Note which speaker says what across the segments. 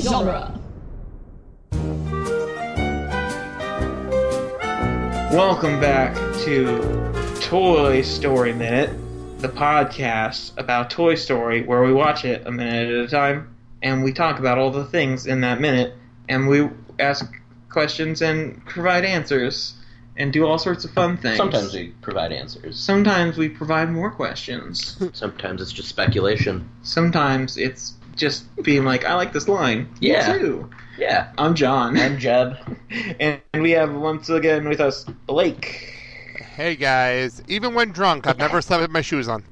Speaker 1: genre.
Speaker 2: Welcome back to Toy Story Minute, the podcast about Toy Story where we watch it a minute at a time and we talk about all the things in that minute and we ask questions and provide answers and do all sorts of fun things.
Speaker 3: Sometimes we provide answers.
Speaker 2: Sometimes we provide more questions.
Speaker 3: Sometimes it's just speculation.
Speaker 2: Sometimes it's just being like, I like this line. Me
Speaker 3: Yeah.
Speaker 2: too.
Speaker 3: Yeah.
Speaker 2: I'm John.
Speaker 3: I'm Jeb.
Speaker 2: and we have once again with us Blake.
Speaker 4: Hey guys, even when drunk, I've never slept with my shoes on.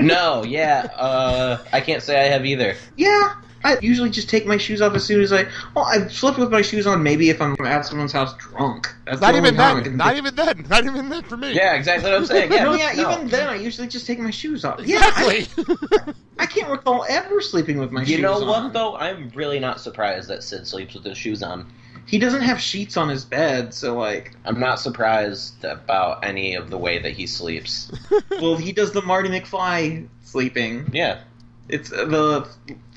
Speaker 3: No, yeah. Uh, I can't say I have either.
Speaker 2: Yeah, I usually just take my shoes off as soon as I. Well, I've slept with my shoes on maybe if I'm at someone's house drunk. That's
Speaker 4: Not
Speaker 2: the only
Speaker 4: even
Speaker 2: time I can
Speaker 4: then. Not
Speaker 2: think-
Speaker 4: even then. Not even then for me.
Speaker 3: Yeah, exactly what I'm saying. Yeah,
Speaker 2: no, yeah,
Speaker 3: no.
Speaker 2: even then I usually just take my shoes off. Yeah, I,
Speaker 4: Exactly.
Speaker 2: I can't recall ever sleeping with my shoes
Speaker 3: You know
Speaker 2: on.
Speaker 3: what though? I'm really not surprised that Sid sleeps with his shoes on.
Speaker 2: He doesn't have sheets on his bed, so like,
Speaker 3: I'm not surprised about any of the way that he sleeps.
Speaker 2: well, he does the Marty McFly sleeping.
Speaker 3: Yeah.
Speaker 2: It's uh, the,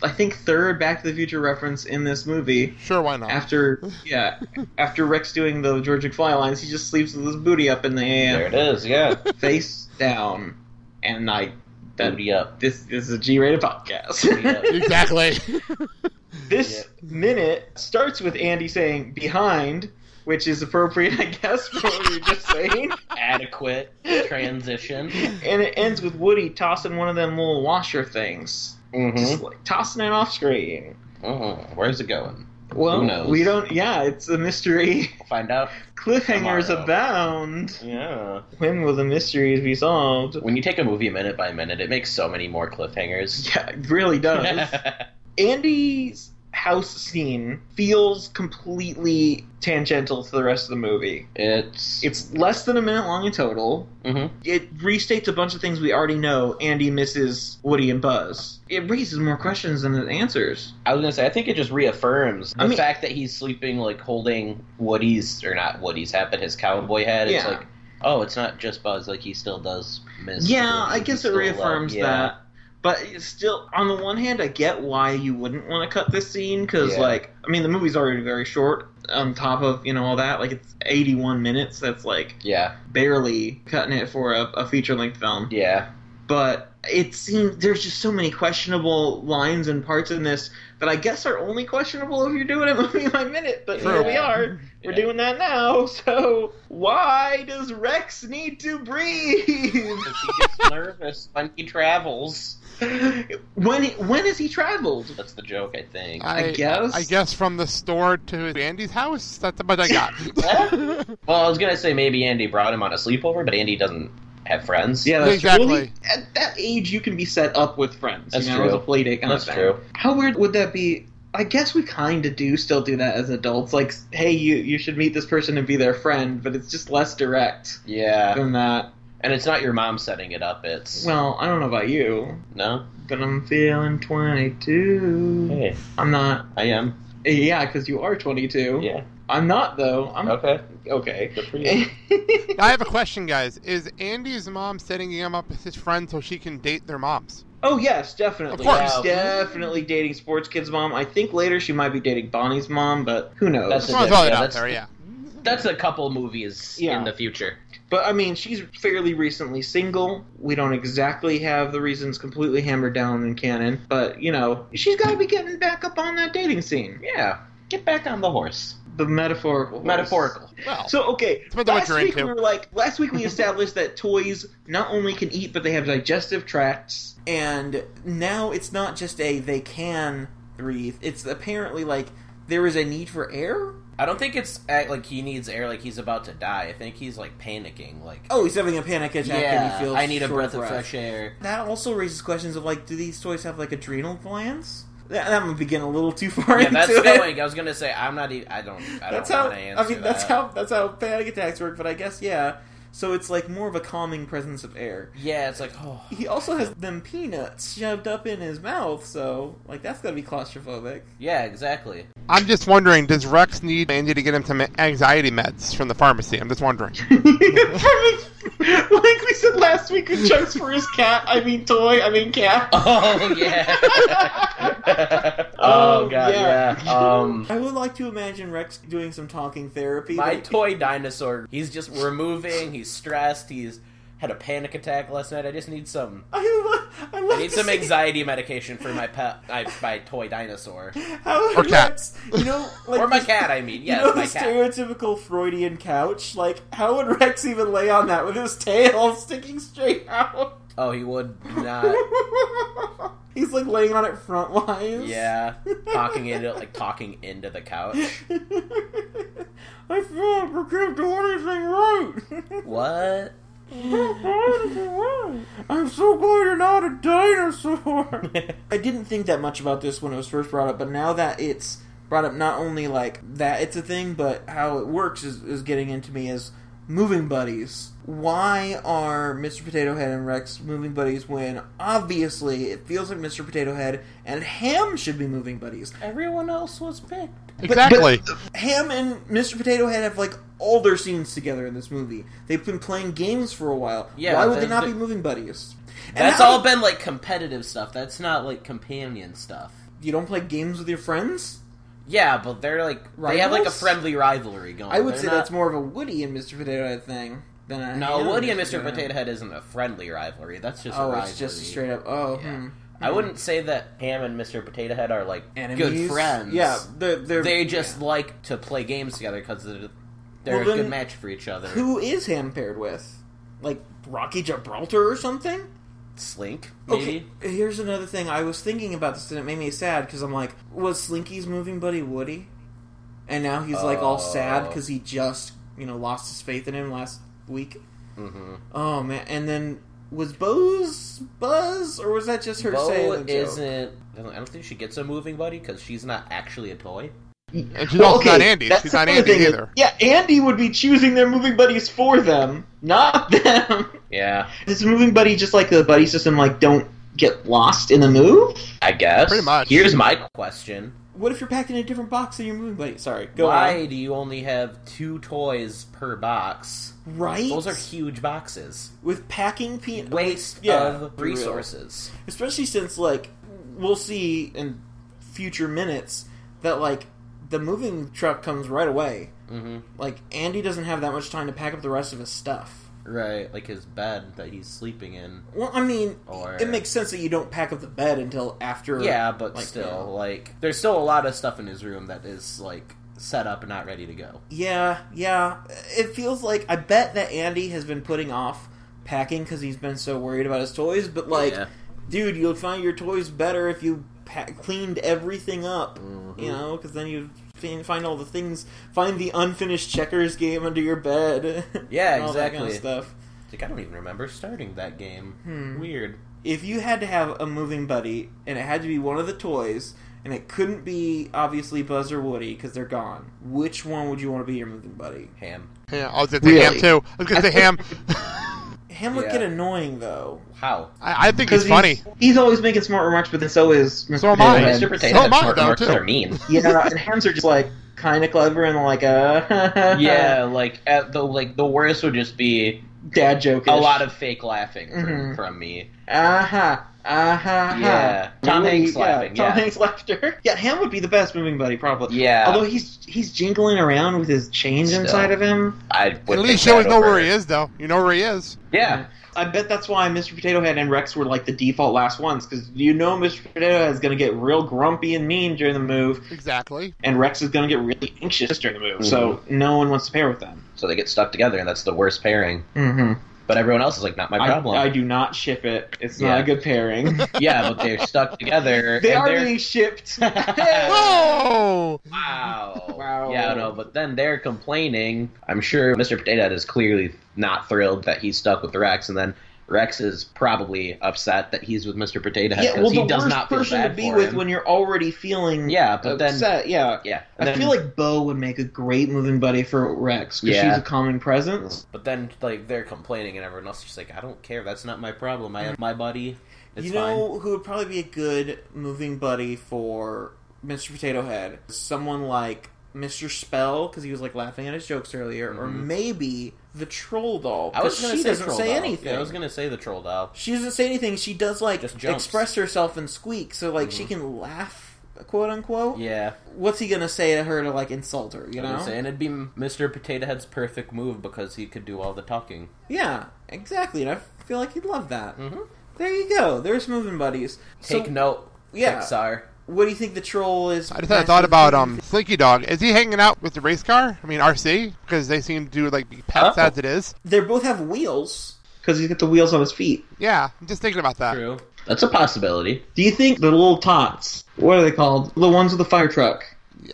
Speaker 2: I think, third Back to the Future reference in this movie.
Speaker 4: sure, why not?
Speaker 2: After yeah, after Rex doing the George McFly lines, he just sleeps with his booty up in the air.
Speaker 3: There it is, yeah.
Speaker 2: face down, and I that
Speaker 3: Booty up.
Speaker 2: this this is a G-rated podcast.
Speaker 3: Yeah.
Speaker 4: exactly.
Speaker 2: this minute starts with Andy saying behind, which is appropriate, I guess, for what we were just saying,
Speaker 3: Adequate transition.
Speaker 2: and it ends with Woody tossing one of them little washer things,
Speaker 3: Mm-hmm.
Speaker 2: just like tossing it off screen.
Speaker 3: Mm-hmm. Where's it going?
Speaker 2: Well,
Speaker 3: Who knows?
Speaker 2: we don't. Yeah, it's a mystery.
Speaker 3: We'll find out.
Speaker 2: Cliffhangers
Speaker 3: Tomorrow.
Speaker 2: abound.
Speaker 3: Yeah.
Speaker 2: When will the mysteries be solved?
Speaker 3: When you take a movie minute by minute, it makes so many more cliffhangers.
Speaker 2: Yeah, it really does. Andy's house scene feels completely tangential to the rest of the movie.
Speaker 3: it's
Speaker 2: It's less than a minute long in total.
Speaker 3: hmm
Speaker 2: It restates a bunch of things we already know. Andy misses Woody and Buzz. It raises more questions than it answers.
Speaker 3: I was gonna say I think it just reaffirms the
Speaker 2: I mean-
Speaker 3: fact that he's sleeping like holding Woody's or not Woody's hat, but his cowboy hat. It's
Speaker 2: Yeah.
Speaker 3: like oh, it's not just Buzz. Like he still does miss.
Speaker 2: yeah,
Speaker 3: Woody.
Speaker 2: I
Speaker 3: He
Speaker 2: guess it
Speaker 3: still lo-
Speaker 2: reaffirms
Speaker 3: yeah.
Speaker 2: that. But it's still, on the one hand, I get why you wouldn't want to cut this scene because,
Speaker 3: Yeah.
Speaker 2: like, I mean, the movie's already very short. On top of you know all that, like it's 81 minutes. That's like
Speaker 3: Yeah,
Speaker 2: barely cutting it for a, a feature length film.
Speaker 3: yeah,
Speaker 2: but it seems there's just so many questionable lines and parts in this that I guess are only questionable if you're doing it movie by minute. But
Speaker 3: True.
Speaker 2: here we are, we're
Speaker 3: Yeah.
Speaker 2: doing that now. So why does Rex need to breathe
Speaker 3: 'Cause he gets nervous when he travels.
Speaker 2: when he, when has he traveled?
Speaker 3: That's the joke, I think.
Speaker 2: I guess.
Speaker 4: I guess from the store to Andy's house. That's about I got.
Speaker 3: well, I was gonna say maybe Andy brought him on a sleepover, but Andy doesn't have friends.
Speaker 2: Yeah, that's
Speaker 4: Exactly.
Speaker 2: Well, he- at that age, you can be set up with friends.
Speaker 3: That's
Speaker 2: you know,
Speaker 3: true.
Speaker 2: As a play date kind of
Speaker 3: that's
Speaker 2: thing.
Speaker 3: true.
Speaker 2: How weird would that be? I guess we kind of do still do that as adults. Like, hey, you you should meet this person and be their friend, but it's just less direct
Speaker 3: Yeah,
Speaker 2: than that.
Speaker 3: and it's not your mom setting it up. It's
Speaker 2: Well, I don't know about you,
Speaker 3: no.
Speaker 2: but I'm feeling 22.
Speaker 3: Hey,
Speaker 2: I'm not.
Speaker 3: I am.
Speaker 2: Yeah, because you are 22.
Speaker 3: Yeah.
Speaker 2: I'm not though. I'm
Speaker 3: Okay.
Speaker 2: okay.
Speaker 3: Good for you.
Speaker 2: I
Speaker 4: I have a question, guys. Is Andy's mom setting him up with his friend so she can date their moms?
Speaker 2: Oh yes, definitely.
Speaker 4: Of course.
Speaker 2: She's definitely dating sports kids' mom. I think later she might be dating Bonnie's mom, but who knows?
Speaker 3: That's a
Speaker 4: Just want to
Speaker 3: diff-
Speaker 4: throw it
Speaker 3: yeah,
Speaker 4: out
Speaker 3: that's-
Speaker 4: there. Yeah.
Speaker 3: That's a couple movies
Speaker 2: Yeah.
Speaker 3: in the future.
Speaker 2: but I mean, she's fairly recently single. We don't exactly have the reasons completely hammered down in canon, but you know, she's got to be getting back up on that dating scene.
Speaker 3: Yeah. Get back on the horse.
Speaker 2: The metaphorical, horse.
Speaker 3: Metaphorical.
Speaker 4: Well,
Speaker 2: So okay,
Speaker 4: Depends on what
Speaker 2: last
Speaker 4: you're
Speaker 2: week
Speaker 4: into.
Speaker 2: we were like, last week we established that toys not only can eat, but they have digestive tracts, and now it's not just a they can breathe. It's apparently like there is a need for air.
Speaker 3: I don't think it's act like he needs air, like he's about to die. I think he's like panicking, like
Speaker 2: Oh, he's having a panic attack and he feels. short
Speaker 3: air.
Speaker 2: That also raises questions of like, do these toys have like adrenal glands? That, that would begin a little too far into it.
Speaker 3: I was gonna say I'm not. Even, I don't. I
Speaker 2: that's how. I mean, that's how that's how panic attacks work. But I guess yeah. So it's like more of a calming presence of air.
Speaker 3: Yeah, it's like oh.
Speaker 2: He also has them peanuts shoved up in his mouth, so like that's gotta be claustrophobic.
Speaker 3: Yeah, exactly.
Speaker 4: I'm just wondering, does Rex need Andy to get him some anxiety meds from the pharmacy? I'm just wondering.
Speaker 2: From his
Speaker 1: like we said last week with Chunks for his cat. I mean toy. I mean cat.
Speaker 3: Oh yeah. oh god,
Speaker 1: yeah.
Speaker 3: yeah. Um,
Speaker 2: I would like to imagine Rex doing some talking therapy.
Speaker 5: My
Speaker 2: but-
Speaker 5: toy dinosaur. He's just removing. He's stressed. He's had a panic attack last night. I just need some.
Speaker 2: I, would- I, would
Speaker 5: I need
Speaker 2: to
Speaker 5: some
Speaker 2: see
Speaker 5: anxiety medication for my pet, I, my toy dinosaur,
Speaker 2: How
Speaker 4: Or cat.
Speaker 2: Rex, you know, like
Speaker 5: or my cat. I mean, yes,
Speaker 2: you know
Speaker 5: my
Speaker 2: the
Speaker 5: cat.
Speaker 2: stereotypical Freudian couch. Like, how would Rex even lay on that with his tail sticking straight out?
Speaker 5: Oh, he would not.
Speaker 2: He's like laying on it front wise.
Speaker 5: Yeah, talking into like talking into the couch.
Speaker 2: I feel like we can't do anything right.
Speaker 5: What?
Speaker 2: We can't do anything right. I'm so glad you're not a dinosaur. I didn't think that much about this when it was first brought up, but now that it's brought up, not only like that it's a thing, but how it works is, is getting into me as moving buddies. Why are Mr. Potato Head and Rex moving buddies when obviously it feels like Mr. Potato Head and Ham should be moving buddies?
Speaker 5: Everyone else was picked.
Speaker 4: Exactly.
Speaker 2: Ham and Mr. Potato Head have like all their scenes together in this movie. They've been playing games for a while.
Speaker 5: Yeah,
Speaker 2: Why would they
Speaker 5: they-
Speaker 2: not
Speaker 5: they-
Speaker 2: be moving buddies? And
Speaker 5: That's
Speaker 2: how-
Speaker 5: all been like competitive stuff. That's not like companion stuff.
Speaker 2: You don't play games with your friends?
Speaker 5: Yeah, but they're like they have like a
Speaker 2: Rivals?
Speaker 5: friendly rivalry going.
Speaker 2: I would
Speaker 5: They're
Speaker 2: say
Speaker 5: not-
Speaker 2: that's more of a Woody and Mr. Potato Head thing than a
Speaker 5: No,
Speaker 2: Ham
Speaker 5: Woody and Mr.
Speaker 2: Potato
Speaker 5: Potato Head isn't a friendly rivalry. That's just a
Speaker 2: Oh,
Speaker 5: rivalry.
Speaker 2: it's just straight up. Oh,
Speaker 5: Yeah.
Speaker 2: hmm.
Speaker 5: I wouldn't say that Ham and Mr. Potato Head are like good
Speaker 2: Enemies?
Speaker 5: friends.
Speaker 2: Yeah, they're, they're
Speaker 5: they just like to play games together because they're, they're
Speaker 2: Well,
Speaker 5: a
Speaker 2: then-
Speaker 5: good match for each other.
Speaker 2: Who is Ham paired with? Like Rocky Gibraltar or something?
Speaker 5: Slink, maybe.
Speaker 2: Okay, here's another thing. I was thinking about this and it made me sad because I'm like, was Slinky's moving buddy Woody? And now he's like all sad
Speaker 5: Oh.
Speaker 2: because he just, you know, lost his faith in him last week.
Speaker 5: Mm-hmm.
Speaker 2: Oh, man. And then was Bose Buzz or was that just her saying
Speaker 5: Bo
Speaker 2: the joke?
Speaker 5: isn't. I don't- I don't think she gets a moving buddy because she's not actually a toy.
Speaker 4: And she's also not Andy.
Speaker 1: that's
Speaker 4: She's
Speaker 1: the
Speaker 4: not
Speaker 1: other
Speaker 4: Andy
Speaker 1: thing is-
Speaker 4: either.
Speaker 1: Yeah, Andy would be choosing their moving buddies for them, not them.
Speaker 5: Yeah,
Speaker 1: Is moving buddy just like the buddy system? Like, don't get lost in the move.
Speaker 5: I guess.
Speaker 4: Pretty much.
Speaker 5: Here's my question:
Speaker 2: What if you're packed in a different box than your moving buddy? Sorry, go
Speaker 5: Why
Speaker 2: on.
Speaker 5: do you only have two toys per box?
Speaker 2: Right?
Speaker 5: Those are huge boxes.
Speaker 2: with packing peanut
Speaker 5: Waste
Speaker 2: Yeah,
Speaker 5: of
Speaker 2: for real.
Speaker 5: resources.
Speaker 2: especially since like we'll see in future minutes that like the moving truck comes right away.
Speaker 5: hmm
Speaker 2: Like Andy doesn't have that much time to pack up the rest of his stuff.
Speaker 5: Right, like his bed that he's sleeping in.
Speaker 2: Well, I mean,
Speaker 5: Or-
Speaker 2: it makes sense that you don't pack up the bed until after.
Speaker 5: Yeah, but
Speaker 2: like,
Speaker 5: still,
Speaker 2: you know.
Speaker 5: like, there's still a lot of stuff in his room that is like set up and not ready to go.
Speaker 2: Yeah, yeah. It feels like I bet that Andy has been putting off packing because he's been so worried about his toys. But like,
Speaker 5: Yeah.
Speaker 2: dude, you'll find your toys better if you pa- cleaned everything up.
Speaker 5: Mhm.
Speaker 2: You know, because then you fin- find all the things, find the unfinished checkers game under your bed.
Speaker 5: Yeah,
Speaker 2: and all that kind of
Speaker 5: exactly.
Speaker 2: stuff.
Speaker 5: It's Like, I don't even remember starting that game.
Speaker 2: Hmm.
Speaker 5: Weird.
Speaker 2: If you had to have a moving buddy, and it had to be one of the toys, and it couldn't be obviously Buzz or Woody because they're gone, which one would you want to be your moving buddy?
Speaker 5: Ham.
Speaker 4: Yeah, I was gonna say ham
Speaker 1: Really?
Speaker 4: too. I was gonna say ham.
Speaker 2: Ham would
Speaker 5: Yeah.
Speaker 2: get annoying though.
Speaker 5: How?
Speaker 4: I, I think it's
Speaker 1: 'Cause
Speaker 4: funny.
Speaker 1: He's always making smart remarks, but then so is Mr.
Speaker 4: So am
Speaker 1: Potato
Speaker 4: I.
Speaker 1: Head.
Speaker 4: And
Speaker 3: Mr. Potato
Speaker 4: so
Speaker 3: Head
Speaker 4: mine,
Speaker 3: smart
Speaker 4: though,
Speaker 3: remarks
Speaker 4: too.
Speaker 3: are mean.
Speaker 1: Yeah, and hams are just like kind of clever and like uh
Speaker 3: yeah, like at the like the worst would just be
Speaker 1: dad joke.
Speaker 3: a lot of fake laughing from,
Speaker 1: Mhm.
Speaker 3: from me.
Speaker 1: uh huh uh
Speaker 2: Uh-huh.
Speaker 1: huh.
Speaker 3: Yeah, Tom Hanks laughing.
Speaker 1: Tom
Speaker 3: Yeah,
Speaker 1: Hanks laughter. Yeah, Ham would be the best moving buddy probably.
Speaker 3: yeah.
Speaker 1: Although he's he's jingling around with his change
Speaker 3: Still.
Speaker 1: inside of him.
Speaker 3: I
Speaker 4: At
Speaker 3: would
Speaker 4: least
Speaker 3: pick
Speaker 4: you always
Speaker 3: that
Speaker 4: know
Speaker 3: over-
Speaker 4: where he is, though. You know where he is.
Speaker 3: Yeah,
Speaker 1: I bet that's why Mr. Potato Head and Rex were like the default last ones because you know Mr. Potato Head is going to get real grumpy and mean during the move,
Speaker 4: Exactly.
Speaker 1: and Rex is going to get really anxious during the move. So
Speaker 3: Mm-hmm.
Speaker 1: no one wants to pair with them.
Speaker 3: so they get stuck together, and that's the worst pairing.
Speaker 1: Mm-hmm.
Speaker 3: But everyone else is like, not my problem.
Speaker 1: I, I do not ship it. It's not
Speaker 3: Yeah.
Speaker 1: a good pairing.
Speaker 3: yeah, but they're stuck together.
Speaker 1: they
Speaker 3: and
Speaker 1: are
Speaker 3: they're-
Speaker 1: being shipped.
Speaker 4: Whoa!
Speaker 3: Wow.
Speaker 1: Wow.
Speaker 3: Yeah, no, but then they're complaining. I'm sure Mr. Potato Head is clearly not thrilled that he's stuck with Rex, and then Rex is probably upset that he's with Mr. Potato Head
Speaker 1: yeah,
Speaker 3: because
Speaker 1: well, the
Speaker 3: he does
Speaker 1: worst
Speaker 3: not feel
Speaker 1: person
Speaker 3: bad
Speaker 1: to be
Speaker 3: for
Speaker 1: with
Speaker 3: him.
Speaker 1: when you're already feeling
Speaker 3: yeah, but then
Speaker 1: upset. yeah,
Speaker 3: yeah, and
Speaker 1: I
Speaker 3: then-
Speaker 1: feel like Bo would make a great moving buddy for Rex because
Speaker 3: Yeah.
Speaker 1: she's a calming presence.
Speaker 5: But then, like, they're complaining, and everyone else is just like, I don't care. That's not my problem. I have my buddy. It's
Speaker 2: you
Speaker 5: fine.
Speaker 2: know who would probably be a good moving buddy for Mr. Potato Head? Someone like Mr. Spell because he was like laughing at his jokes earlier, or
Speaker 3: Mhm.
Speaker 2: maybe the troll doll.
Speaker 5: Mm-hmm. I was
Speaker 2: but
Speaker 5: gonna
Speaker 2: she
Speaker 5: say
Speaker 2: doesn't
Speaker 5: troll
Speaker 2: say
Speaker 5: doll.
Speaker 2: anything.
Speaker 5: Yeah, I was gonna say the troll doll.
Speaker 2: She doesn't say anything. She does like
Speaker 5: Just jumps. Mm-hmm.
Speaker 2: express herself and squeak, so like she can laugh, quote unquote.
Speaker 5: Yeah,
Speaker 2: What's he gonna say to her to like insult her? You
Speaker 5: I
Speaker 2: know?
Speaker 5: would say, and it'd be Mr. Potato Head's perfect move because he could do all the talking.
Speaker 2: Yeah, exactly. And I feel like he'd love that.
Speaker 5: Mhm.
Speaker 2: There you go. There's moving buddies.
Speaker 5: Take
Speaker 2: so,
Speaker 5: note,
Speaker 2: yeah.
Speaker 5: Pixar.
Speaker 2: What do you think the troll is?
Speaker 4: I just had a thought about um Slinky Dog. Is he hanging out with the race car? I mean RC because they seem to like be pets
Speaker 1: Oh.
Speaker 4: as it is.
Speaker 2: They both have wheels.
Speaker 1: because he's got the wheels on his feet.
Speaker 4: Yeah, I'm just thinking about that.
Speaker 5: True.
Speaker 3: That's a possibility.
Speaker 1: Do you think the little tots? What are they called? The ones with the fire truck.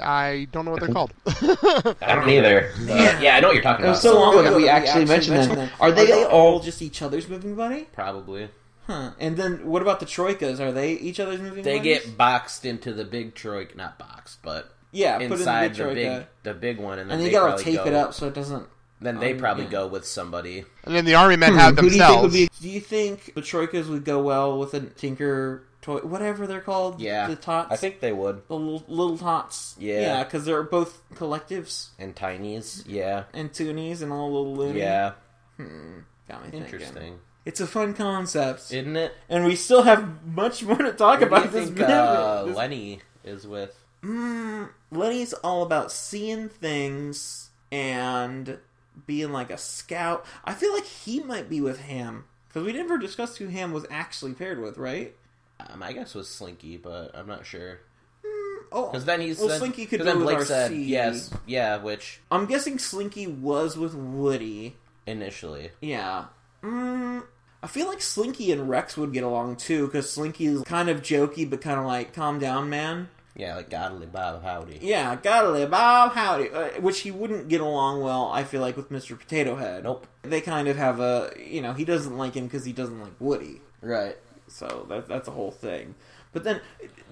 Speaker 4: I don't know what they're called.
Speaker 3: I don't either. but-
Speaker 2: Yeah.
Speaker 3: yeah, I know what you're talking
Speaker 1: It
Speaker 2: Uh,
Speaker 3: about.
Speaker 1: was so long ago that we actually mentioned them. Are they, all?
Speaker 2: all just each other's moving buddy?
Speaker 5: Probably.
Speaker 2: Huh. And then what about the troikas? Are they each other's moving?
Speaker 5: They
Speaker 2: buddies?
Speaker 5: get boxed into the big troika, not boxed, but
Speaker 2: yeah put in
Speaker 5: inside
Speaker 2: the,
Speaker 5: the
Speaker 2: big troika.
Speaker 5: big the big one, and then
Speaker 2: and you
Speaker 5: they
Speaker 2: gotta
Speaker 5: probably
Speaker 2: tape
Speaker 5: go,
Speaker 2: it up so it doesn't.
Speaker 5: Then they
Speaker 2: Um,
Speaker 5: probably
Speaker 2: yeah.
Speaker 5: go with somebody.
Speaker 4: and then the army men have
Speaker 1: Hmm. Who do you think would
Speaker 4: themselves.
Speaker 1: be
Speaker 2: Do you think the troikas would go well with a tinker toy, whatever they're called?
Speaker 5: Yeah,
Speaker 2: the tots.
Speaker 5: I think they would.
Speaker 2: the little, little tots.
Speaker 5: Yeah.
Speaker 2: yeah, because they're both collectives
Speaker 5: And tinies, yeah,
Speaker 2: and toonies and all little loony.
Speaker 5: yeah,
Speaker 2: got me thinking.
Speaker 5: interesting,
Speaker 2: It's a fun concept,
Speaker 5: isn't it?
Speaker 2: and we still have much more to
Speaker 5: What do
Speaker 2: talk
Speaker 5: you
Speaker 2: about this.
Speaker 5: think
Speaker 2: minute.
Speaker 5: uh,
Speaker 2: This-
Speaker 5: Lenny is with?
Speaker 2: Mm, Lenny's all about seeing things and being like a scout. I feel like he might be with Ham because we never discussed who Ham was actually paired with, right?
Speaker 5: Um, I guess was Slinky, but I'm not sure.
Speaker 2: Oh,
Speaker 5: Because then he's
Speaker 2: well,
Speaker 5: then,
Speaker 2: Slinky could
Speaker 5: 'cause
Speaker 2: be
Speaker 5: then
Speaker 2: with
Speaker 5: Blake
Speaker 2: RC.
Speaker 5: said yes, yeah, which
Speaker 2: I'm guessing Slinky was with Woody.
Speaker 5: initially,
Speaker 2: Yeah. Mm, I feel like Slinky and Rex would get along too because Slinky is kind of jokey but kind of like calm down, man.
Speaker 5: yeah, like Godly Bob Howdy.
Speaker 2: Yeah, gotta live Bob Howdy, uh, which he wouldn't get along well. I feel like with Mr. Potato Head.
Speaker 5: Nope.
Speaker 2: They kind of have a you know he doesn't like him because he doesn't like Woody,
Speaker 5: Right.
Speaker 2: so that that's a whole thing. But then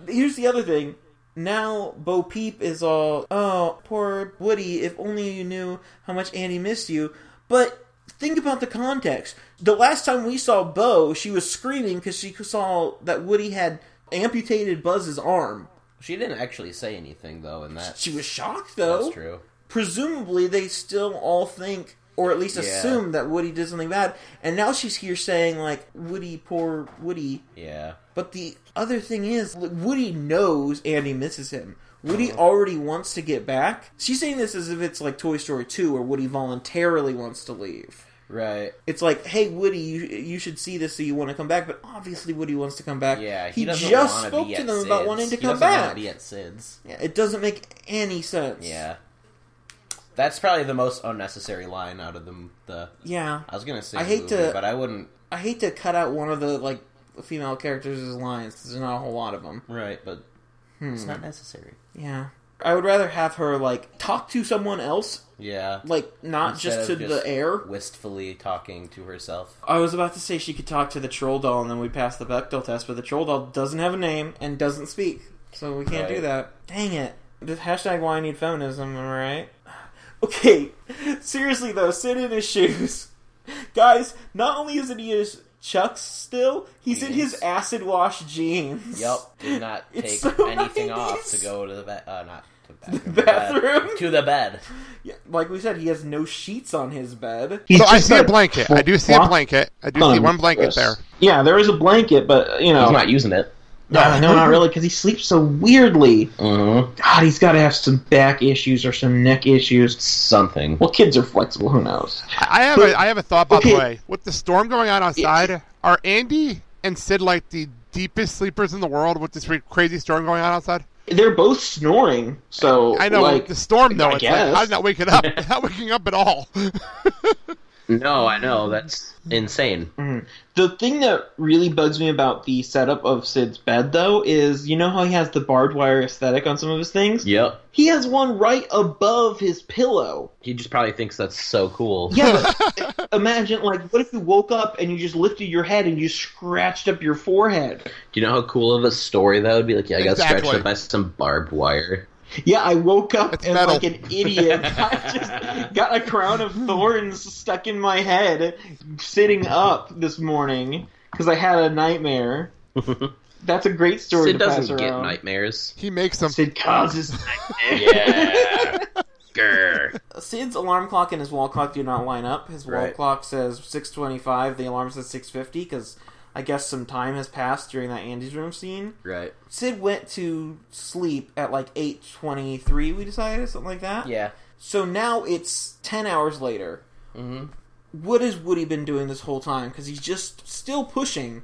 Speaker 2: here's the other thing. Now Bo Peep is all oh poor Woody. If only you knew how much Andy missed you. But think about the context. The last time we saw Bo, she was screaming because she saw that Woody had amputated Buzz's arm.
Speaker 5: She didn't actually say anything though, in that
Speaker 2: She was shocked though
Speaker 5: that's true.
Speaker 2: presumably they still all think or at least
Speaker 5: Yeah.
Speaker 2: assume that Woody did something bad. And now she's here saying like Woody poor Woody.
Speaker 5: Yeah,
Speaker 2: But the other thing is look, Woody knows Andy misses him. Woody
Speaker 5: Uh-huh.
Speaker 2: already wants to get back. She's saying this as if it's like Toy Story 2 where Woody voluntarily wants to leave.
Speaker 5: right.
Speaker 2: It's like, "Hey Woody, you you should see this so you want to come back." But obviously Woody wants to come back.
Speaker 5: Yeah,
Speaker 2: he,
Speaker 5: he, doesn't
Speaker 2: just
Speaker 5: wanna
Speaker 2: spoke
Speaker 5: be
Speaker 2: to
Speaker 5: at
Speaker 2: them
Speaker 5: Sid's.
Speaker 2: about wanting to
Speaker 5: He
Speaker 2: come
Speaker 5: doesn't wanna
Speaker 2: back.
Speaker 5: Be at Sid's.
Speaker 2: Yeah, it doesn't make any sense.
Speaker 5: Yeah, that's probably the most unnecessary line out of them. The
Speaker 2: Yeah.
Speaker 5: I was gonna say
Speaker 2: I hate
Speaker 5: movie,
Speaker 2: to-
Speaker 5: but I wouldn't.
Speaker 2: I hate to cut out one of the like female characters' lines 'cause there's not a whole lot of them.
Speaker 5: Right, but it's
Speaker 2: Hmm.
Speaker 5: not necessary.
Speaker 2: Yeah, I would rather have her like talk to someone else,
Speaker 5: Yeah,
Speaker 2: like not just to
Speaker 5: Instead of
Speaker 2: the air.
Speaker 5: wistfully talking to herself.
Speaker 2: I was about to say she could talk to the troll doll, and then we pass the Bechdel test, but the troll doll doesn't have a name and doesn't speak, so we can't do
Speaker 5: Right.
Speaker 2: that. Dang it! This hashtag why I need feminism. Am I right? Okay, seriously though, sit in his shoes. Guys, not only is it he is Chuck's still, he's in his
Speaker 5: Jeans.
Speaker 2: acid wash jeans.
Speaker 5: Yup, did not take
Speaker 2: It's so
Speaker 5: anything off
Speaker 2: 90s.
Speaker 5: to go to the ba- uh, not to bathroom,
Speaker 2: The bathroom.
Speaker 5: bed. to the bed.
Speaker 2: Yeah, like we said, he has no sheets on his bed.
Speaker 1: He's
Speaker 4: so I
Speaker 1: just
Speaker 4: see a
Speaker 1: got
Speaker 4: blanket.
Speaker 1: full
Speaker 4: I do see a
Speaker 1: flock
Speaker 4: blanket. I do see
Speaker 1: ton
Speaker 4: one blanket
Speaker 1: of
Speaker 4: there.
Speaker 1: us. Yeah, there is a blanket, but you know,
Speaker 3: He's not using it.
Speaker 1: no, no, not really, because he sleeps so weirdly.
Speaker 3: Mm-hmm.
Speaker 1: God, he's got to have some back issues or some neck issues.
Speaker 3: Something.
Speaker 1: Well, kids are flexible. Who knows?
Speaker 4: I have a I have a thought by
Speaker 1: Okay.
Speaker 4: the way. With the storm going on outside, are Andy and Sid like the deepest sleepers in the world with this re- crazy storm going on outside?
Speaker 1: They're both snoring, so
Speaker 4: I know
Speaker 1: Like,
Speaker 4: the storm though.
Speaker 1: I
Speaker 4: it's like,
Speaker 1: guess.
Speaker 4: how's not waking up? not waking up at all.
Speaker 3: No, I know. That's insane.
Speaker 1: the thing that really bugs me about the setup of Sid's bed, though, is you know how he has the barbed wire aesthetic on some of his things.
Speaker 3: Yep.
Speaker 1: He has one right above his pillow.
Speaker 3: He just probably thinks that's so cool.
Speaker 1: Yeah, but imagine like what if you woke up and you just lifted your head and you scratched up your forehead?
Speaker 3: Do you know how cool of a story that would be? Like, yeah, I got
Speaker 4: Exactly.
Speaker 3: scratched up by some barbed wire.
Speaker 1: Yeah, I woke up
Speaker 4: It's
Speaker 1: and
Speaker 4: metal.
Speaker 1: like an idiot, I just got a crown of thorns stuck in my head sitting up this morning because I had a nightmare. That's a great story
Speaker 3: Sid
Speaker 1: to pass
Speaker 3: doesn't get
Speaker 1: around.
Speaker 3: nightmares.
Speaker 4: He makes them.
Speaker 1: Sid causes nightmares.
Speaker 3: Yeah. Grr.
Speaker 2: Sid's alarm clock and his wall clock do not line up. His wall
Speaker 3: Right.
Speaker 2: clock says 6:25. The alarm says 6:50 because I guess some time has passed during that Andy's room scene.
Speaker 3: Right.
Speaker 2: Sid went to sleep at like 8:23. We decided something like that.
Speaker 5: Yeah.
Speaker 2: So now it's 10 hours later.
Speaker 5: Mm-hmm.
Speaker 2: What has Woody been doing this whole time? Because he's just still pushing,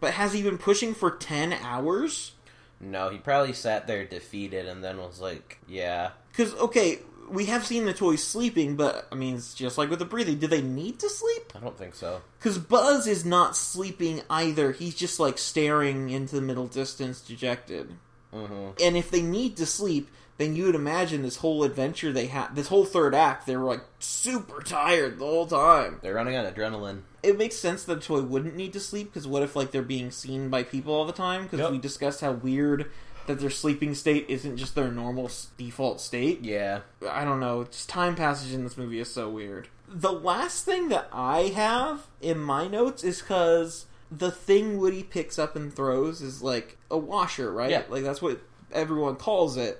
Speaker 2: but has he been pushing for 10 hours?
Speaker 5: No, he probably sat there defeated and then was like, yeah.
Speaker 2: Because okay, we have seen the toys sleeping, but I mean it's just like with the breathing. Do they need to sleep?
Speaker 5: I don't think so.
Speaker 2: Because Buzz is not sleeping either. He's just like staring into the middle distance, dejected.
Speaker 5: hmm
Speaker 2: And if they need to sleep, then you would imagine this whole adventure they had, this whole third act, they were like super tired the whole time.
Speaker 5: They're running on adrenaline.
Speaker 2: It makes sense that a toy wouldn't need to sleep because what if like they're being seen by people all the time? Because
Speaker 5: Yep.
Speaker 2: we discussed how weird that their sleeping state isn't just their normal s- default state.
Speaker 5: Yeah.
Speaker 2: I don't know, just time passage in this movie is so weird. The last thing that I have in my notes is because the thing Woody picks up and throws is like a washer, right?
Speaker 5: Yeah.
Speaker 2: Like that's what everyone calls it.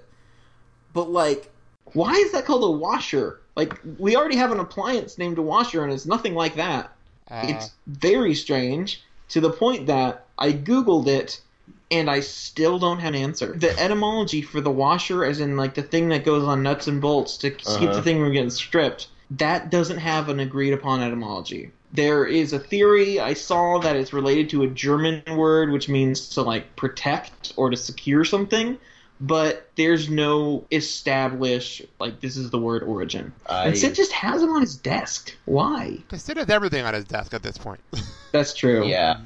Speaker 2: But like,
Speaker 1: Why is that called a washer?
Speaker 2: like we already have an appliance named a washer, and it's nothing like that.
Speaker 4: Uh,
Speaker 3: Uh-huh.
Speaker 2: It's very strange to the point that I googled it and I still don't have an answer. The etymology for the washer, as in like the thing that goes on nuts and bolts to keep
Speaker 3: Uh-huh.
Speaker 2: the thing from getting stripped, that doesn't have an agreed upon etymology. There is a theory I saw that it's related to a German word which means to like protect or to secure something, but there's no established like this is the word origin.
Speaker 3: I,
Speaker 2: And Sid just has him on his desk. Why?
Speaker 4: Because Sid has everything on his desk at this point.
Speaker 2: That's true.
Speaker 3: yeah.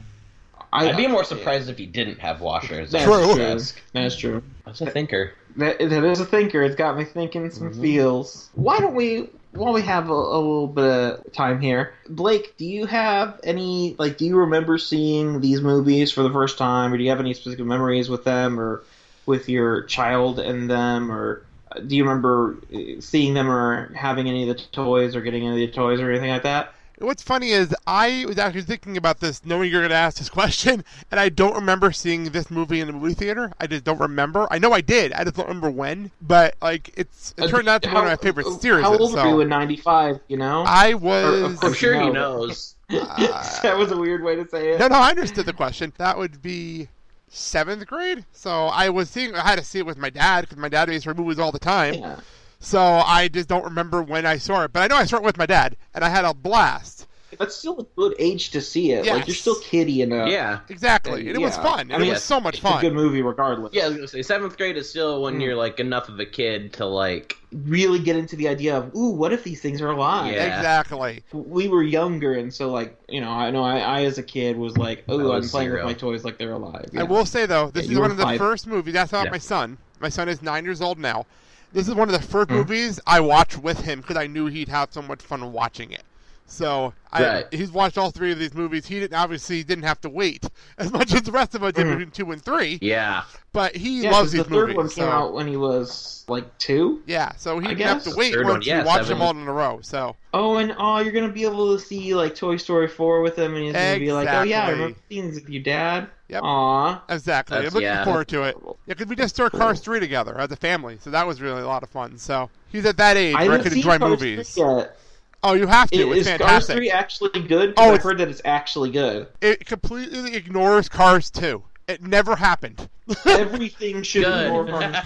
Speaker 2: I,
Speaker 3: I'd be more surprised if he didn't have washers. on
Speaker 4: True.
Speaker 3: his desk.
Speaker 2: That's true.
Speaker 3: I was a thinker.
Speaker 2: That, that is a thinker. It's got me thinking some
Speaker 3: Mhm.
Speaker 2: feels. Why don't we, while we have a, a little bit of time here, Blake, do you have any, like, do you remember seeing these movies for the first time, or do you have any specific memories with them, or with your child and them, or uh, do you remember uh, seeing them or having any of the toys or getting any of the toys or anything like that?
Speaker 4: What's funny is I was actually thinking about this, knowing you're going to ask this question, and I don't remember seeing this movie in the movie theater. I just don't remember. I know I did. I just don't remember when. But like, it's
Speaker 1: Uh,
Speaker 4: it turned out to be one of my favorite series. Ah.
Speaker 2: How old
Speaker 4: so.
Speaker 2: were you in 95, you know?
Speaker 4: I
Speaker 2: Or,
Speaker 4: was.
Speaker 2: of
Speaker 3: I'm
Speaker 2: course,
Speaker 3: sure
Speaker 2: no.
Speaker 3: he knows.
Speaker 4: uh,
Speaker 2: that was a weird way to say it.
Speaker 4: no, no, I understood the question. That would be seventh grade. So I was seeing. I had to see it with my dad because my dad made for movies all the time.
Speaker 2: Yeah.
Speaker 4: So I just don't remember when I saw it, but I know I saw it with my dad, and I had a blast.
Speaker 2: That's still a good age to see it. Like you're
Speaker 4: Yes.
Speaker 2: still kiddie enough.
Speaker 3: Yeah.
Speaker 4: Exactly, and it was
Speaker 2: Yeah.
Speaker 4: fun. And
Speaker 2: I
Speaker 4: it
Speaker 2: mean,
Speaker 4: was so much
Speaker 2: It's a good
Speaker 4: fun.
Speaker 2: movie regardless.
Speaker 3: Yeah, I was gonna say seventh grade is still when
Speaker 2: Hmm.
Speaker 3: you're like enough of a kid to like
Speaker 2: Really get into the idea of, ooh, what if these things are alive?
Speaker 3: Yeah.
Speaker 4: Exactly.
Speaker 2: We were younger and so like, you know, I know I, I as a kid was like,
Speaker 3: I
Speaker 2: oh,
Speaker 3: was
Speaker 2: I'm playing with
Speaker 3: zero.
Speaker 2: my toys like they're alive. Yeah.
Speaker 4: I will say though, this
Speaker 2: Yeah,
Speaker 4: is
Speaker 2: you
Speaker 4: one
Speaker 2: were
Speaker 4: of the
Speaker 2: five.
Speaker 4: first movies. That's about
Speaker 3: Yeah.
Speaker 4: my son. My son is nine years old now. This is one of the first
Speaker 2: Mm-hmm.
Speaker 4: movies I watched with him because I knew he'd have so much fun watching it. So I,
Speaker 3: Right.
Speaker 4: he's watched all three of these movies. He didn't obviously didn't have to wait as much as the rest of us did between two and three.
Speaker 3: yeah.
Speaker 4: But he
Speaker 2: Mm-hmm. Yeah, 'cause
Speaker 4: loves
Speaker 2: the
Speaker 4: these
Speaker 2: third
Speaker 4: movies.
Speaker 2: one came
Speaker 4: so-
Speaker 2: out when he was like two.
Speaker 4: Yeah, so he
Speaker 2: I
Speaker 4: didn't have
Speaker 2: guess.
Speaker 4: to wait
Speaker 3: Third
Speaker 4: once
Speaker 3: one,
Speaker 4: he
Speaker 3: yeah,
Speaker 4: watched
Speaker 3: seven.
Speaker 4: them all in a row. So
Speaker 2: Oh, and oh, you're gonna be able to see like Toy Story four with him, and he's gonna be like, oh yeah, I
Speaker 4: Exactly.
Speaker 2: remember seeing this with your dad.
Speaker 4: Yep.
Speaker 2: Aw.
Speaker 4: Exactly.
Speaker 3: That's-
Speaker 4: I'm looking
Speaker 3: yeah.
Speaker 4: forward to it. Yeah, because we just saw Cars 3 together as a family, so that was really a lot of fun. So he's at that age
Speaker 2: I
Speaker 4: where he
Speaker 2: haven't
Speaker 4: can
Speaker 2: seen
Speaker 4: enjoy
Speaker 2: Cars
Speaker 4: movies.
Speaker 2: 3 yet.
Speaker 4: Oh, you have to.
Speaker 2: Is, is
Speaker 4: it's
Speaker 2: Cars
Speaker 4: fantastic.
Speaker 2: three actually good?
Speaker 4: Oh,
Speaker 2: Oh, I've
Speaker 4: it's-
Speaker 2: heard that it's actually good.
Speaker 4: It completely ignores Cars 2. It never happened.
Speaker 2: Everything should
Speaker 3: Good.
Speaker 2: be more Cars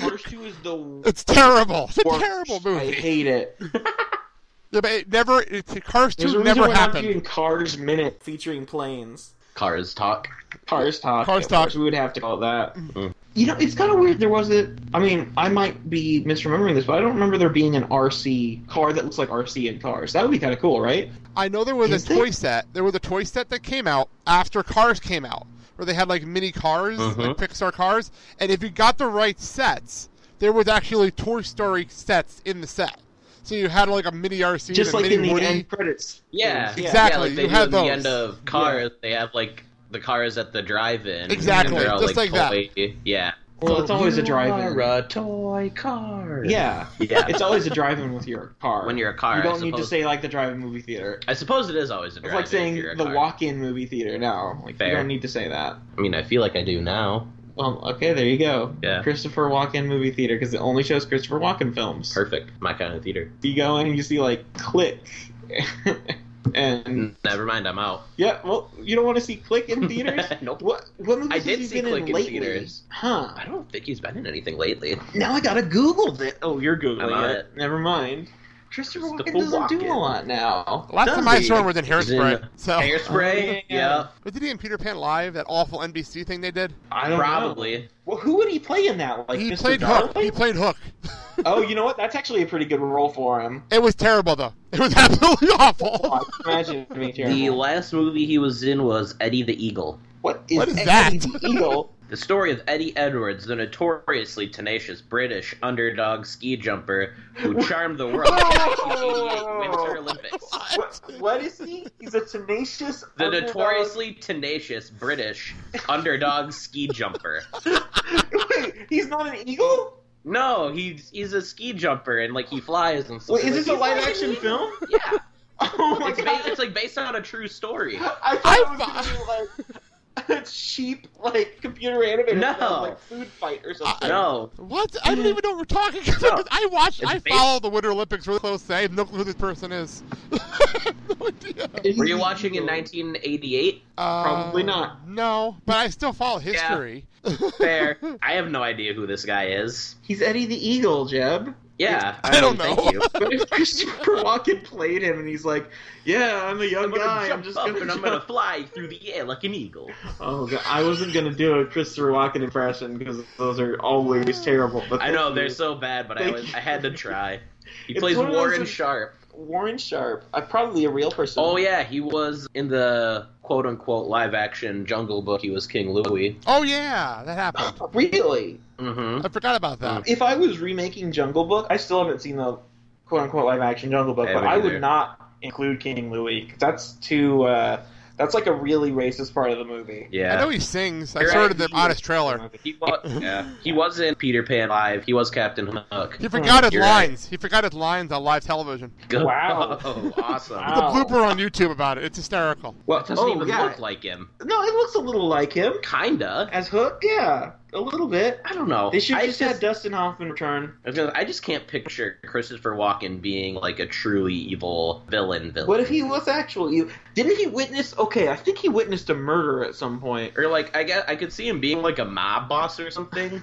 Speaker 2: 2. Cars 2 is the worst.
Speaker 4: It's terrible. It's a terrible
Speaker 2: I
Speaker 4: movie.
Speaker 2: hate it.
Speaker 4: Yeah, but it never. It's, Cars
Speaker 2: There's
Speaker 4: 2
Speaker 2: a reason
Speaker 4: never
Speaker 2: we're not
Speaker 4: happened.
Speaker 2: doing Cars Minute featuring planes.
Speaker 3: Cars talk.
Speaker 2: Cars Talk.
Speaker 4: Cars
Speaker 2: of course,
Speaker 4: Talk. Mm-hmm.
Speaker 2: We would have to call it that.
Speaker 3: Mm.
Speaker 2: You know, it's kind of weird. There wasn't. I mean, I might be misremembering this, but I don't remember there being an RC car that looks like RC in Cars. That would be kind of cool, right?
Speaker 4: I know there was
Speaker 2: Is
Speaker 4: a
Speaker 2: there?
Speaker 4: toy set. There was a toy set that came out after Cars came out, where they had like mini cars, like
Speaker 3: Mhm.
Speaker 4: Pixar cars. And if you got the right sets, there was actually Toy Story sets in the set. So you had like a mini RC,
Speaker 2: Just
Speaker 4: and
Speaker 2: like
Speaker 4: mini
Speaker 2: in the
Speaker 4: Woody.
Speaker 2: end credits.
Speaker 3: Yeah.
Speaker 2: Yeah.
Speaker 4: Exactly,
Speaker 3: Yeah, like they
Speaker 4: you
Speaker 3: do
Speaker 4: had
Speaker 3: at
Speaker 4: those.
Speaker 3: the end of Cars, they have like the cars at the drive-in.
Speaker 4: Exactly,
Speaker 3: and they're all,
Speaker 4: just like that.
Speaker 3: toy- Yeah.
Speaker 1: Well, it's always a drive-in.
Speaker 3: You're a toy car.
Speaker 1: Yeah,
Speaker 3: Yeah.
Speaker 1: it's always a drive-in with your car.
Speaker 3: when you're a car,
Speaker 1: you
Speaker 3: I
Speaker 1: don't
Speaker 3: suppose,
Speaker 1: need to say like the drive-in movie theater.
Speaker 3: I suppose it is always a
Speaker 1: It's
Speaker 3: drive.
Speaker 1: like saying the walk-in movie theater now. Like
Speaker 3: Fair.
Speaker 1: you don't need to say that.
Speaker 3: I mean, I feel like I do now.
Speaker 1: Well, okay, there you go.
Speaker 3: Yeah.
Speaker 1: Christopher Walken movie theater because it only shows Christopher Walken films.
Speaker 3: Perfect. My kind of theater.
Speaker 1: You go in, you see like Click, and
Speaker 3: Never mind. I'm out.
Speaker 1: yeah, well, you don't want to see Click in theaters.
Speaker 3: nope.
Speaker 1: What what movies
Speaker 3: I did
Speaker 1: has
Speaker 3: see
Speaker 1: he been
Speaker 3: Click
Speaker 1: in
Speaker 3: in
Speaker 1: lately?
Speaker 3: theaters.
Speaker 1: Huh?
Speaker 3: I don't think he's been in anything lately.
Speaker 1: Now I gotta Google it. Oh, you're googling
Speaker 3: I'm on
Speaker 1: it. Never mind. Christopher Walken
Speaker 3: Christopher
Speaker 1: doesn't do
Speaker 3: Walken.
Speaker 1: a lot now.
Speaker 4: Last
Speaker 1: does
Speaker 4: time I
Speaker 1: he?
Speaker 4: saw him was in Hairspray.
Speaker 3: in-
Speaker 4: so,
Speaker 3: Hairspray.
Speaker 1: Oh,
Speaker 3: yeah.
Speaker 1: yeah.
Speaker 4: was he in Peter Pan Live? That awful NBC thing they did.
Speaker 1: I don't know.
Speaker 3: Probably.
Speaker 1: Well, who would he play in that? Like
Speaker 4: he
Speaker 1: Mr.
Speaker 4: played Hook. He
Speaker 1: Darling?
Speaker 4: played Hook.
Speaker 1: Oh, you know what? That's actually a pretty good role for him.
Speaker 4: It was terrible though. It was absolutely
Speaker 1: Oh, I
Speaker 4: awful.
Speaker 1: can imagine it being
Speaker 3: The
Speaker 1: terrible.
Speaker 3: last movie he was in was Eddie the Eagle.
Speaker 1: What is,
Speaker 4: What is
Speaker 1: Eddie
Speaker 4: that?
Speaker 1: the Eagle?
Speaker 3: The story of Eddie Edwards, the notoriously tenacious British underdog ski jumper who charmed the world at the 1988 Winter Olympics.
Speaker 1: What, what is he? He's a tenacious.
Speaker 3: The
Speaker 1: underdog.
Speaker 3: notoriously tenacious British underdog ski jumper.
Speaker 1: Wait, he's not an eagle.
Speaker 3: No, he's he's a ski jumper and like he flies and stuff.
Speaker 1: Wait, is this a
Speaker 3: Like,
Speaker 1: live action film?
Speaker 3: he's- Yeah,
Speaker 1: Oh my
Speaker 3: it's,
Speaker 1: god!
Speaker 3: ba- it's like based on a true story.
Speaker 1: I thought it was gonna be like a cheap, like computer animated,
Speaker 3: No.
Speaker 1: film, like food fight or something.
Speaker 3: No,
Speaker 4: what? I don't even know what we're talking about.
Speaker 3: No.
Speaker 4: I watched.
Speaker 3: It's
Speaker 4: I
Speaker 3: based-
Speaker 4: follow the Winter Olympics really close. I have no clue who this person is. I have no idea.
Speaker 1: Is
Speaker 3: were you
Speaker 1: he
Speaker 3: watching in
Speaker 1: evil?
Speaker 3: 1988?
Speaker 4: Uh,
Speaker 1: Probably not.
Speaker 4: No, but I still follow history.
Speaker 3: Fair. I have no idea who this guy is.
Speaker 1: He's Eddie the Eagle, Jeb.
Speaker 3: Yeah,
Speaker 4: I don't
Speaker 3: mean,
Speaker 4: know.
Speaker 3: thank you.
Speaker 1: But if Christopher Walken played him, and he's like, "Yeah, I'm a young
Speaker 3: I'm gonna
Speaker 1: guy.
Speaker 3: jump
Speaker 1: I'm just
Speaker 3: up
Speaker 1: gonna
Speaker 3: and I'm
Speaker 1: jump."
Speaker 3: gonna fly through the air like an eagle.
Speaker 1: Oh god, I wasn't gonna do a Christopher Walken impression because those are always terrible. But
Speaker 3: I know
Speaker 1: thank
Speaker 3: they're
Speaker 1: you.
Speaker 3: so bad, but I
Speaker 1: Thank
Speaker 3: was,
Speaker 1: you.
Speaker 3: I had to try. He
Speaker 1: It's
Speaker 3: plays
Speaker 1: one of those
Speaker 3: Warren
Speaker 1: with-
Speaker 3: Sharp.
Speaker 1: Warren Sharp. I probably a real person.
Speaker 3: Oh yeah, he was in the quote unquote live action Jungle Book. He was King Louie.
Speaker 4: Oh yeah, that happened.
Speaker 1: really?
Speaker 3: Mm-hmm.
Speaker 4: I forgot about that.
Speaker 1: If I was remaking Jungle Book, I still haven't seen the quote unquote live action Jungle Book,
Speaker 3: I
Speaker 1: but
Speaker 3: haven't
Speaker 1: I
Speaker 3: either.
Speaker 1: would not include King Louie. 'cause That's too. Uh, that's like a really racist part of the movie.
Speaker 4: I know
Speaker 3: Yeah.
Speaker 4: he sings. I
Speaker 3: You're
Speaker 4: saw it
Speaker 3: right,
Speaker 4: in the
Speaker 1: he-
Speaker 4: honest trailer.
Speaker 3: He was, yeah. he was in Peter Pan Live. He was Captain Hook.
Speaker 1: Oh,
Speaker 4: He forgot his
Speaker 3: You're right.
Speaker 4: lines. He forgot his lines on live television.
Speaker 3: Go-
Speaker 1: Wow.
Speaker 3: Oh, awesome.
Speaker 4: The
Speaker 1: Wow. Oh.
Speaker 4: blooper on YouTube about it. It's hysterical.
Speaker 1: Well,
Speaker 3: That doesn't
Speaker 1: oh,
Speaker 3: even
Speaker 1: yeah.
Speaker 3: look like him.
Speaker 1: No, it looks a little like him
Speaker 3: Kinda.
Speaker 1: as Hook. Yeah, a little bit.
Speaker 3: I don't know.
Speaker 1: They should
Speaker 3: I
Speaker 1: just had Dustin Hoffman return.
Speaker 3: I was gonna- I just can't picture Christopher Walken being like a truly evil villain. Villain.
Speaker 1: What if he was actually? Didn't he witness? Okay, I think he witnessed a murder at some point.
Speaker 3: Or like I guess I could see him being like a mob boss or something.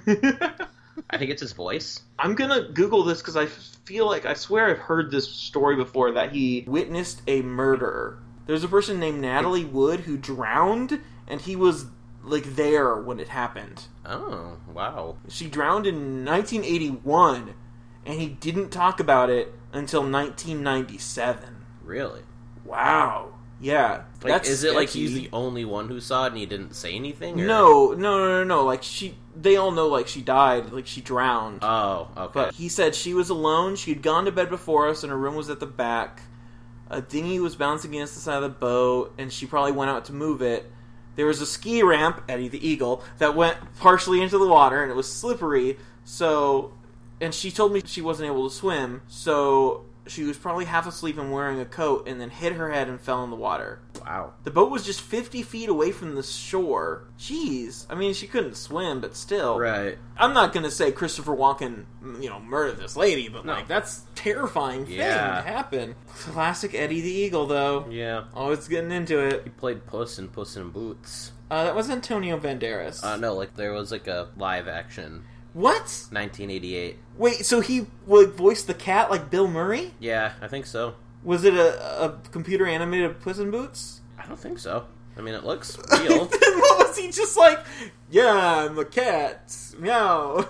Speaker 3: I think it's his voice.
Speaker 1: I'm gonna Google this because I f- feel like I swear I've heard this story before that he.
Speaker 2: witnessed a murder. There's a person named Natalie Wood who drowned, and he was like there when it happened.
Speaker 3: Oh wow.
Speaker 2: She drowned in 1981, and he didn't talk about it until 1997.
Speaker 3: Really?
Speaker 2: Wow. Yeah.
Speaker 3: Like is it like he's
Speaker 2: sketchy.
Speaker 3: the only one who saw it and he didn't say anything? Or...
Speaker 2: No, no, no, no, no. Like she, they all know like she died, like she drowned.
Speaker 3: Oh, okay.
Speaker 2: But he said she was alone. She had gone to bed before us, and her room was at the back. A dinghy was bouncing against the side of the boat, and she probably went out to move it. There was a ski ramp, Eddie the Eagle, that went partially into the water, and it was slippery. So, and she told me she wasn't able to swim, so she was probably half asleep and wearing a coat, and then hit her head and fell in the water.
Speaker 3: Wow.
Speaker 2: The boat was just 50 feet away from the shore. Jeez. I mean, she couldn't swim, but still.
Speaker 3: Right.
Speaker 2: I'm not gonna say Christopher Walken, you know, murdered this lady, but like that's a terrifying thing
Speaker 3: Yeah.
Speaker 2: to happen. Classic Eddie the Eagle, though.
Speaker 3: Yeah.
Speaker 2: Always getting into it.
Speaker 3: He played Puss in Puss in Boots.
Speaker 2: Uh, that was Antonio Banderas.
Speaker 3: Uh, no, like there was like a live action
Speaker 2: What?
Speaker 3: 1988.
Speaker 2: Wait, so he would voice the cat like Bill Murray?
Speaker 3: Yeah, I think so.
Speaker 2: Was it a, a computer animated Puss in Boots?
Speaker 3: I don't think so. I mean, it looks
Speaker 2: then
Speaker 3: real.
Speaker 2: what was he just like? Yeah, I'm a cat. Meow.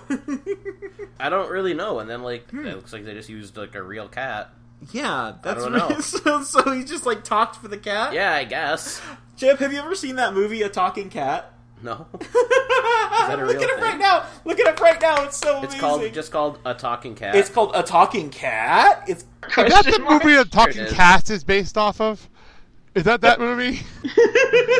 Speaker 3: I don't really know. And then like it looks like they just used like a real cat.
Speaker 2: yeah, that's
Speaker 3: don't know.
Speaker 2: right. So, so he just like talked for the cat.
Speaker 3: Yeah, I guess.
Speaker 2: Jeb, have you ever seen that movie, A Talking Cat?
Speaker 3: No, a
Speaker 2: Look
Speaker 3: real
Speaker 2: at it
Speaker 3: thing?
Speaker 2: right now. Look at it right now. It's so
Speaker 3: it's
Speaker 2: amazing.
Speaker 3: called just called a talking cat.
Speaker 2: It's called a talking cat. It's
Speaker 4: Is that the movie
Speaker 3: Sure
Speaker 4: the Talking
Speaker 3: it is.
Speaker 4: Cats is based off of? Is that that movie?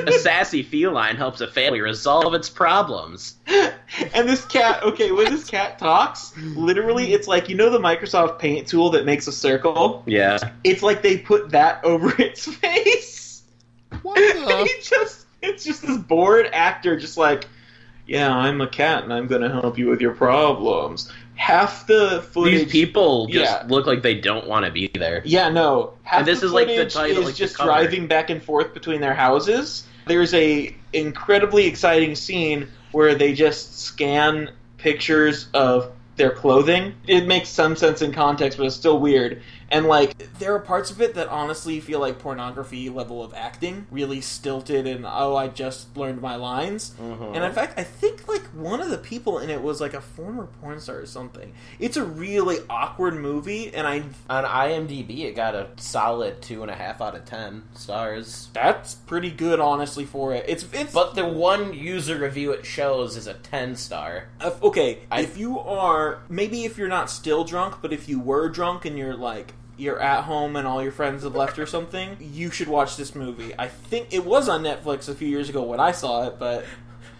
Speaker 6: A sassy feline helps a family resolve its problems.
Speaker 2: and this cat, okay, when this cat talks, literally, it's like you know the Microsoft Paint tool that makes a circle.
Speaker 6: Yeah.
Speaker 2: It's like they put that over its face.
Speaker 4: What
Speaker 2: And
Speaker 4: the?
Speaker 2: he just, it's just this bored actor, just like, yeah, I'm a cat and I'm gonna help you with your problems. Half the footage.
Speaker 6: These people just
Speaker 2: yeah.
Speaker 6: look like they don't want to be there.
Speaker 2: Yeah, no. Half
Speaker 6: And this
Speaker 2: the
Speaker 6: is, like, the
Speaker 2: footage
Speaker 6: title,
Speaker 2: is
Speaker 6: like, the
Speaker 2: just
Speaker 6: cover.
Speaker 2: driving back and forth between their houses. There's a incredibly exciting scene where they just scan pictures of their clothing. It makes some sense in context, but it's still weird. And like,
Speaker 7: There are parts of it that honestly feel like pornography level of acting, really stilted and oh, I just learned my lines.
Speaker 6: Mm-hmm.
Speaker 7: And in fact, I think like one of the people in it was like a former porn star or something. It's a really awkward movie, and I
Speaker 3: On IMDb, it got a solid two and a half out of ten stars.
Speaker 7: that's pretty good honestly for it. It's it's
Speaker 3: But the one user review it shows is a ten star.
Speaker 7: Uh, okay,
Speaker 3: I-
Speaker 7: if you are maybe if you're not still drunk, but if you were drunk and you're like you're at home and all your friends have left or something, you should watch this movie. I think it was on Netflix a few years ago when I saw it, but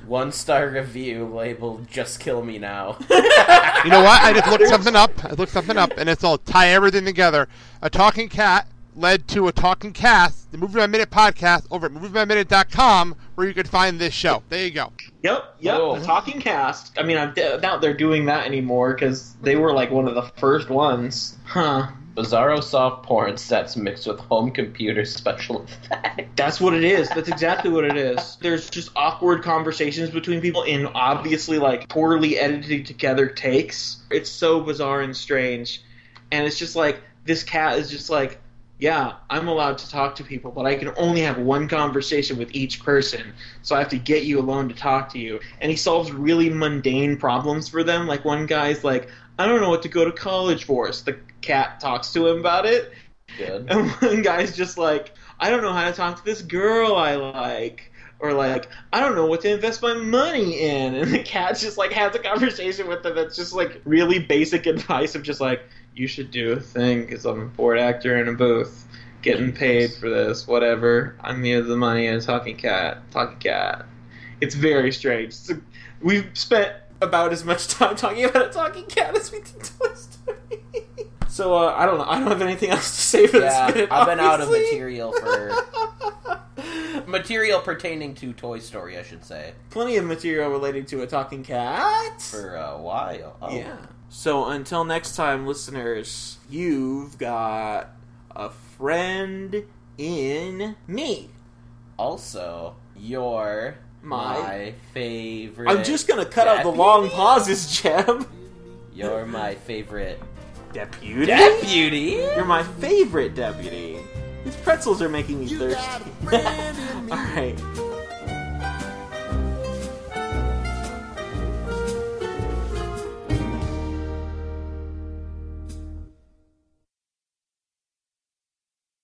Speaker 3: One star review labeled "Just Kill Me Now."
Speaker 4: You know what? I just looked something up. I looked something up, and it's all tie everything together. A talking cat led to a talking cast, the Movie by Minute podcast over at moviebyminute.com, where you can find this show. There you go.
Speaker 2: yep,
Speaker 7: Oh.
Speaker 2: yep, Uh-huh.
Speaker 3: Whoa.
Speaker 2: the talking cast. I mean, I d- doubt they're doing that anymore because they were like one of the first ones. Huh.
Speaker 6: Bizarro soft porn sets mixed with home computer special effects.
Speaker 2: That's what it is. That's exactly what it is. There's just awkward conversations between people in obviously like poorly edited together takes. It's so bizarre and strange. And it's just like this cat is just like, yeah, I'm allowed to talk to people, but I can only have one conversation with each person. So I have to get you alone to talk to you. And he solves really mundane problems for them. Like one guy's like, I don't know what to go to college for. So the cat talks to him about it.
Speaker 6: Good.
Speaker 2: And one guy's just like, I don't know how to talk to this girl I like. Or like, I don't know what to invest my money in. And the cat just like has a conversation with them that's just like really basic advice of just like, you should do a thing because I'm a bored actor in a booth. Getting paid for this, whatever. I'm near the money and a talking cat. Talking cat. It's very strange. It's a- we've spent
Speaker 7: about as much time talking about a talking cat as we did Toy Story. so uh, I don't know. I don't have anything else to say for
Speaker 3: yeah,
Speaker 7: this minute.
Speaker 3: I've been out of
Speaker 7: obviously.
Speaker 3: material for material pertaining to Toy Story, I should say,
Speaker 7: Plenty of material related to a talking cat.
Speaker 3: for a while. Oh.
Speaker 7: Yeah. So until next time, listeners, you've got a friend in me.
Speaker 3: Also, your
Speaker 7: My-
Speaker 3: favorite.
Speaker 7: I'm just gonna cut out the
Speaker 3: Deputy?
Speaker 7: long pauses, Jeb.
Speaker 3: You're my favorite
Speaker 7: Deputy?
Speaker 3: deputy.
Speaker 7: You're my favorite deputy. These pretzels are making me thirsty. Alright.